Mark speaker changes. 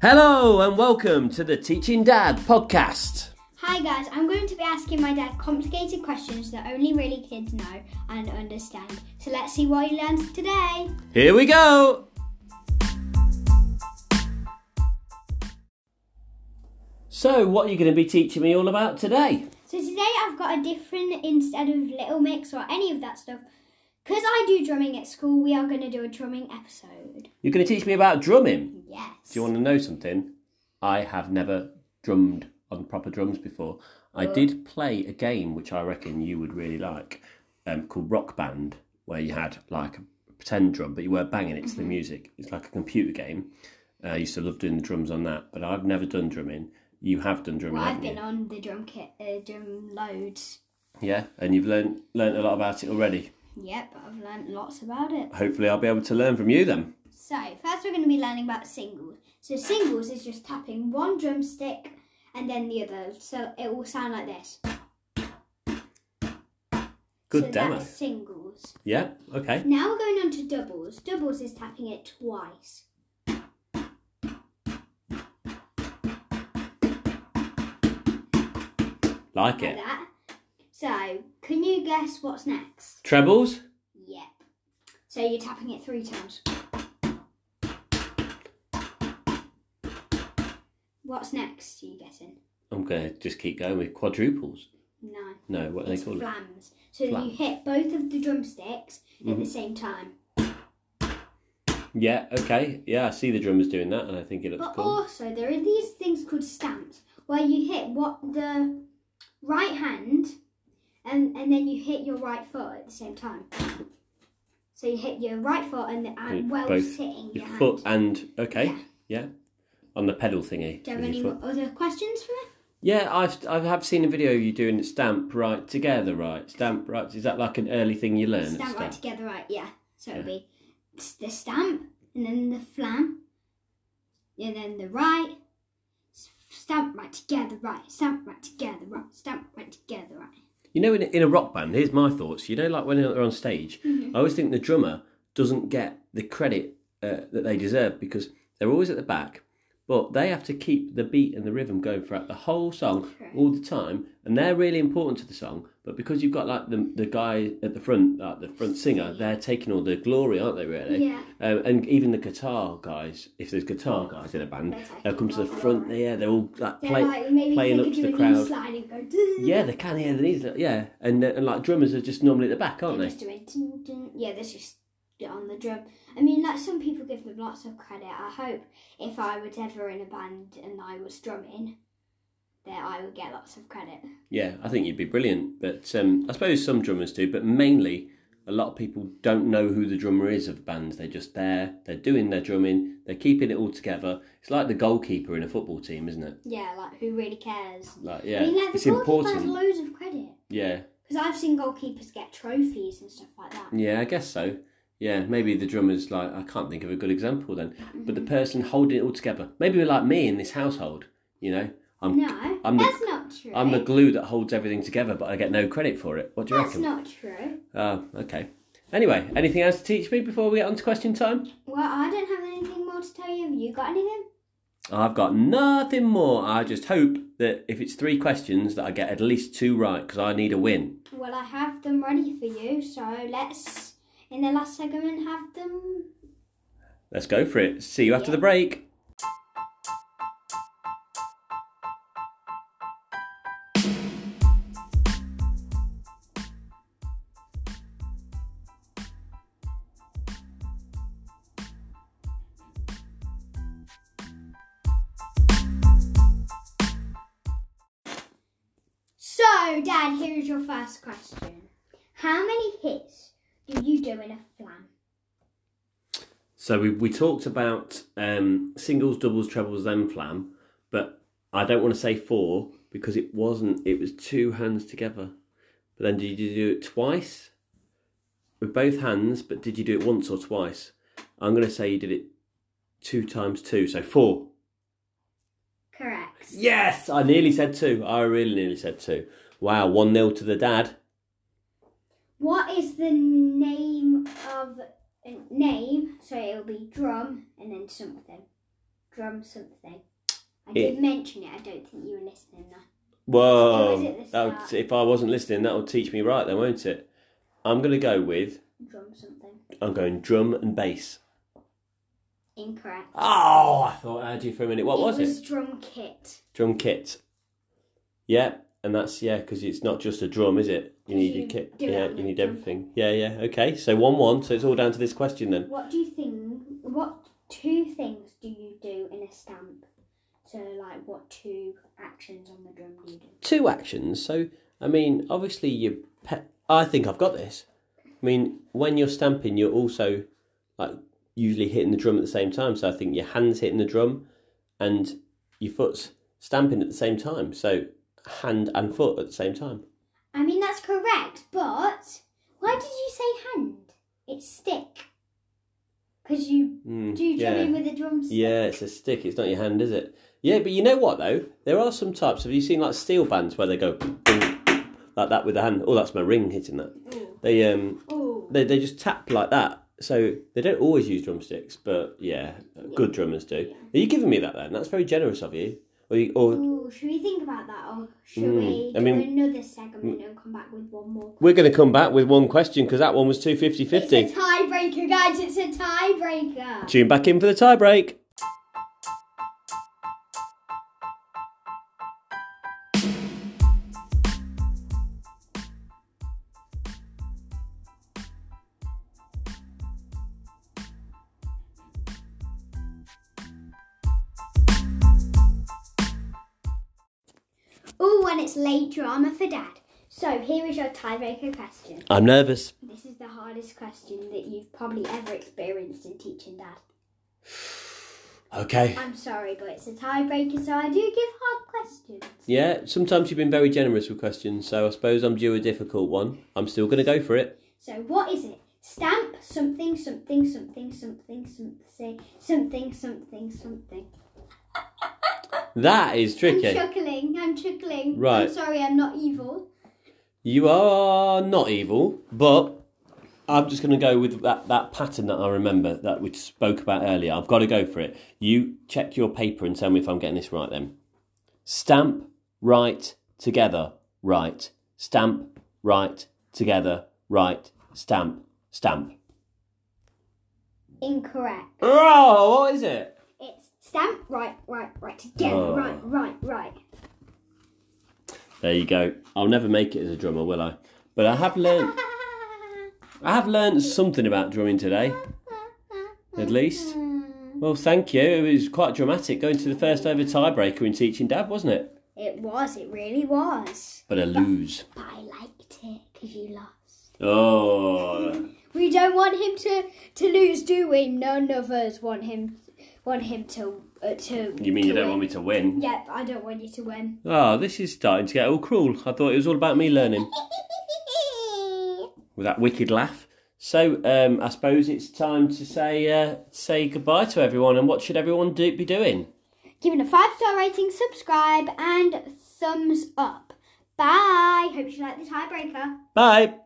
Speaker 1: Hello and welcome to the Teaching Dad podcast.
Speaker 2: Hi guys, I'm going to be asking my dad complicated questions that only really kids know and understand. So let's see what he learns today.
Speaker 1: Here we go. So, what are you going to be teaching me all about today?
Speaker 2: So today I've got a different instead of Little Mix or any of that stuff. Because I do drumming at school, we are going to do a drumming episode.
Speaker 1: You're going to teach me about drumming.
Speaker 2: Yes.
Speaker 1: Do you want to know something? I have never drummed on proper drums before. I did play a game which I reckon you would really like um, called Rock Band, where you had like a pretend drum, but you were banging it to
Speaker 2: Mm-hmm.
Speaker 1: the music. It's like a computer game. Uh, I used to love doing the drums on that, but I've never done drumming. You have done drumming,
Speaker 2: Well, I've
Speaker 1: haven't
Speaker 2: been
Speaker 1: you?
Speaker 2: on the drum kit, uh, drum loads.
Speaker 1: Yeah, and you've learned learned a lot about it already.
Speaker 2: Yep, I've learned lots about it.
Speaker 1: Hopefully, I'll be able to learn from you then.
Speaker 2: So, first we're going to be learning about singles. So, singles is just tapping one drumstick and then the other. So, it will sound like this.
Speaker 1: Good
Speaker 2: so
Speaker 1: demo.
Speaker 2: That's singles.
Speaker 1: Yeah. Okay.
Speaker 2: Now we're going on to doubles. Doubles is tapping it twice.
Speaker 1: Like
Speaker 2: Like
Speaker 1: it.
Speaker 2: that. So, can you guess what's next?
Speaker 1: Trebles.
Speaker 2: Yep. So, you're tapping it three times. What's next? Are you guessing?
Speaker 1: I'm gonna just keep going with quadruples.
Speaker 2: No.
Speaker 1: No, what are they
Speaker 2: It's
Speaker 1: called?
Speaker 2: flams. So
Speaker 1: Flam. Mm-hmm.
Speaker 2: you hit both of the drumsticks at the same time.
Speaker 1: Yeah, okay. Yeah, I see the drummers doing that and I think it looks
Speaker 2: But
Speaker 1: cool.
Speaker 2: also there are these things called stamps where you hit what the right hand and and then you hit your right foot at the same time. So you hit your right foot and, and
Speaker 1: Mm,
Speaker 2: while
Speaker 1: both.
Speaker 2: hitting your
Speaker 1: Your
Speaker 2: hand.
Speaker 1: foot and okay. Yeah.
Speaker 2: Yeah.
Speaker 1: On the pedal thingy.
Speaker 2: Do you have
Speaker 1: with
Speaker 2: any
Speaker 1: your foot.
Speaker 2: more other questions for me?
Speaker 1: Yeah, I've I have seen a video of you doing the stamp right together, right? Stamp right is that like an early thing you learn? at
Speaker 2: stamp
Speaker 1: start?
Speaker 2: right together, right? Yeah. So it'll be s- the stamp and then the flam, and then the right. S- Stamp right together, right. Stamp right together, right. Stamp right together, right.
Speaker 1: You know, in a, in a rock band, here's my thoughts. You know, like when they're on stage,
Speaker 2: Mm-hmm.
Speaker 1: I always think the drummer doesn't get the credit uh, that they deserve because they're always at the back, but they have to keep the beat and the rhythm going throughout the whole song
Speaker 2: Correct.
Speaker 1: all the time, and they're really important to the song. But because you've got like the the guy at the front, like the front singer, they're taking all the glory, aren't they? Really?
Speaker 2: Yeah.
Speaker 1: Um, and even the guitar guys, if there's guitar guys in a band,
Speaker 2: They're taking
Speaker 1: they'll come to the
Speaker 2: all the
Speaker 1: front.
Speaker 2: glory.
Speaker 1: Yeah, they're all like,
Speaker 2: Then
Speaker 1: play,
Speaker 2: like maybe
Speaker 1: playing
Speaker 2: they
Speaker 1: up
Speaker 2: could
Speaker 1: to
Speaker 2: do
Speaker 1: the
Speaker 2: a knee
Speaker 1: crowd.
Speaker 2: slide and go.
Speaker 1: Yeah, they can. Yeah, the knees. Yeah, and uh, and like drummers are just normally at the back, aren't
Speaker 2: They're
Speaker 1: they?
Speaker 2: just doing dun, dun. Yeah, this just on the drum. I mean, like some people give them lots of credit. I hope if I was ever in a band and I was drumming, that I would get lots of credit.
Speaker 1: Yeah, I think you'd be brilliant. But um, I suppose some drummers do, but mainly a lot of people don't know who the drummer is of bands. They're just there. They're doing their drumming. They're keeping it all together. It's like the goalkeeper in a football team, isn't it?
Speaker 2: Yeah, like who really cares?
Speaker 1: Like, yeah,
Speaker 2: I mean, like the
Speaker 1: it's
Speaker 2: goalkeeper has
Speaker 1: important.
Speaker 2: loads of credit.
Speaker 1: Yeah,
Speaker 2: Because I've seen goalkeepers get trophies and stuff like that.
Speaker 1: yeah, I guess so. Yeah, maybe the drummer's like I can't think of a good example then, but the person holding it all together. Maybe like me in this household, you know, I'm
Speaker 2: No,
Speaker 1: Mm. I'm the-
Speaker 2: that's not true.
Speaker 1: I'm the glue that holds everything together, but I get no credit for it. What do you
Speaker 2: that's
Speaker 1: reckon?
Speaker 2: not true.
Speaker 1: Oh, okay. Anyway, anything else to teach me before we get on to question time?
Speaker 2: Well, I don't have anything more to tell you. Have you got anything?
Speaker 1: I've got nothing more. I just hope that if it's three questions, that I get at least two right because I need a win.
Speaker 2: Well, I have them ready for you. So let's, in the last segment, have them.
Speaker 1: Let's go for it. See you after
Speaker 2: Yeah.
Speaker 1: the break.
Speaker 2: So, Dad, here is your first question. How many hits do you do in a flam?
Speaker 1: So we, we talked about um, singles, doubles, trebles, then flam, but I don't want to say four because it wasn't. It was two hands together. But then did you do it twice with both hands? But did you do it once or twice? I'm going to say you did it two times two, so four.
Speaker 2: Correct.
Speaker 1: Yes, I nearly said two. I really nearly said two. Wow, one nil to the dad.
Speaker 2: What is the name of uh, name? So it'll be drum and then something. drum something. I
Speaker 1: It-
Speaker 2: did mention it. I don't think you were listening. Though. Or is
Speaker 1: Whoa.
Speaker 2: it the
Speaker 1: That
Speaker 2: start?
Speaker 1: would, if I wasn't listening, that would teach me right then, won't it? I'm going to go with,
Speaker 2: Drum something.
Speaker 1: I'm going drum and bass.
Speaker 2: Incorrect.
Speaker 1: Oh, I thought I had you for a minute. What was
Speaker 2: it was
Speaker 1: it?
Speaker 2: drum kit.
Speaker 1: Drum kit. Yeah, and that's, yeah, because it's not just a drum, is it? You need
Speaker 2: You
Speaker 1: your kit.
Speaker 2: do
Speaker 1: Yeah,
Speaker 2: that
Speaker 1: you
Speaker 2: with
Speaker 1: need
Speaker 2: drum.
Speaker 1: everything. Yeah, yeah. Okay, so 1 1, so it's all down to this question then.
Speaker 2: What do you think? What two things do you do in a stamp? So, like, what two actions on the drum do you do?
Speaker 1: two actions. So, I mean, obviously, you. Pe- I think I've got this. I mean, when you're stamping, you're also like usually hitting the drum at the same time. So I think your hands hitting the drum, and your foot's stamping at the same time. So hand and foot at the same time.
Speaker 2: I mean, that's correct, but why did you say hand? It's stick. Because you
Speaker 1: Mm,
Speaker 2: do
Speaker 1: yeah.
Speaker 2: drumming with a drumstick.
Speaker 1: Yeah, it's a stick. It's not your hand, is it? Yeah, but you know what though? There are some types. Have you seen like steel bands where they go like that with the hand? Oh, that's my ring hitting that.
Speaker 2: Ooh.
Speaker 1: They um
Speaker 2: Ooh.
Speaker 1: they they just tap like that. So they don't always use drumsticks, but yeah, good drummers do. Are you giving me that then? That's very generous of you. Or, you, or
Speaker 2: Ooh, should we think about that or should
Speaker 1: Mm,
Speaker 2: we
Speaker 1: I
Speaker 2: do
Speaker 1: mean- hmm.
Speaker 2: another segment and come back with one more?
Speaker 1: we're going to come back with one question because that one was two fifty
Speaker 2: It's
Speaker 1: fifty.
Speaker 2: a tiebreaker, guys. It's a tiebreaker.
Speaker 1: Tune back in for the tie break.
Speaker 2: Ooh, and it's late drama for dad. So here is your tiebreaker question.
Speaker 1: I'm nervous.
Speaker 2: This is the hardest question that you've probably ever experienced in teaching dad.
Speaker 1: Okay.
Speaker 2: I'm sorry, but it's a tiebreaker, so I do give hard questions.
Speaker 1: Yeah, sometimes you've been very generous with questions, so I suppose I'm due a difficult one. I'm still going to go for it.
Speaker 2: So what is it? Stamp something something something something something something something something.
Speaker 1: That is
Speaker 2: I'm
Speaker 1: tricky.
Speaker 2: chuckling. I'm chuckling.
Speaker 1: Right.
Speaker 2: I'm sorry. I'm not evil.
Speaker 1: You are not evil, but I'm just going to go with that, that pattern that I remember that we spoke about earlier. I've got to go for it. You check your paper and tell me if I'm getting this right then. Stamp, right, together, right. Stamp, right, together, right. Stamp, stamp.
Speaker 2: Incorrect.
Speaker 1: Oh, what is it?
Speaker 2: It's stamp right right right together
Speaker 1: Oh.
Speaker 2: right right right.
Speaker 1: There you go. I'll never make it as a drummer, will I? But I have learned I have learned something about drumming today, at least. Well, thank you. It was quite dramatic going to the first ever tiebreaker in teaching dad, wasn't it?
Speaker 2: It was. It really was.
Speaker 1: But I lose.
Speaker 2: But I liked it because you lost.
Speaker 1: Oh,
Speaker 2: We don't want him to to lose, do we? None of us want him want him to uh, to.
Speaker 1: you mean you don't want me to win?
Speaker 2: Yep, I don't want you to win.
Speaker 1: Oh, this is starting to get all cruel. I thought it was all about me learning with that wicked laugh. So, um, I suppose it's time to say uh, say goodbye to everyone. And what should everyone do be doing?
Speaker 2: Give it a five star rating, subscribe, and thumbs up. Bye. Hope you like the tiebreaker.
Speaker 1: Bye.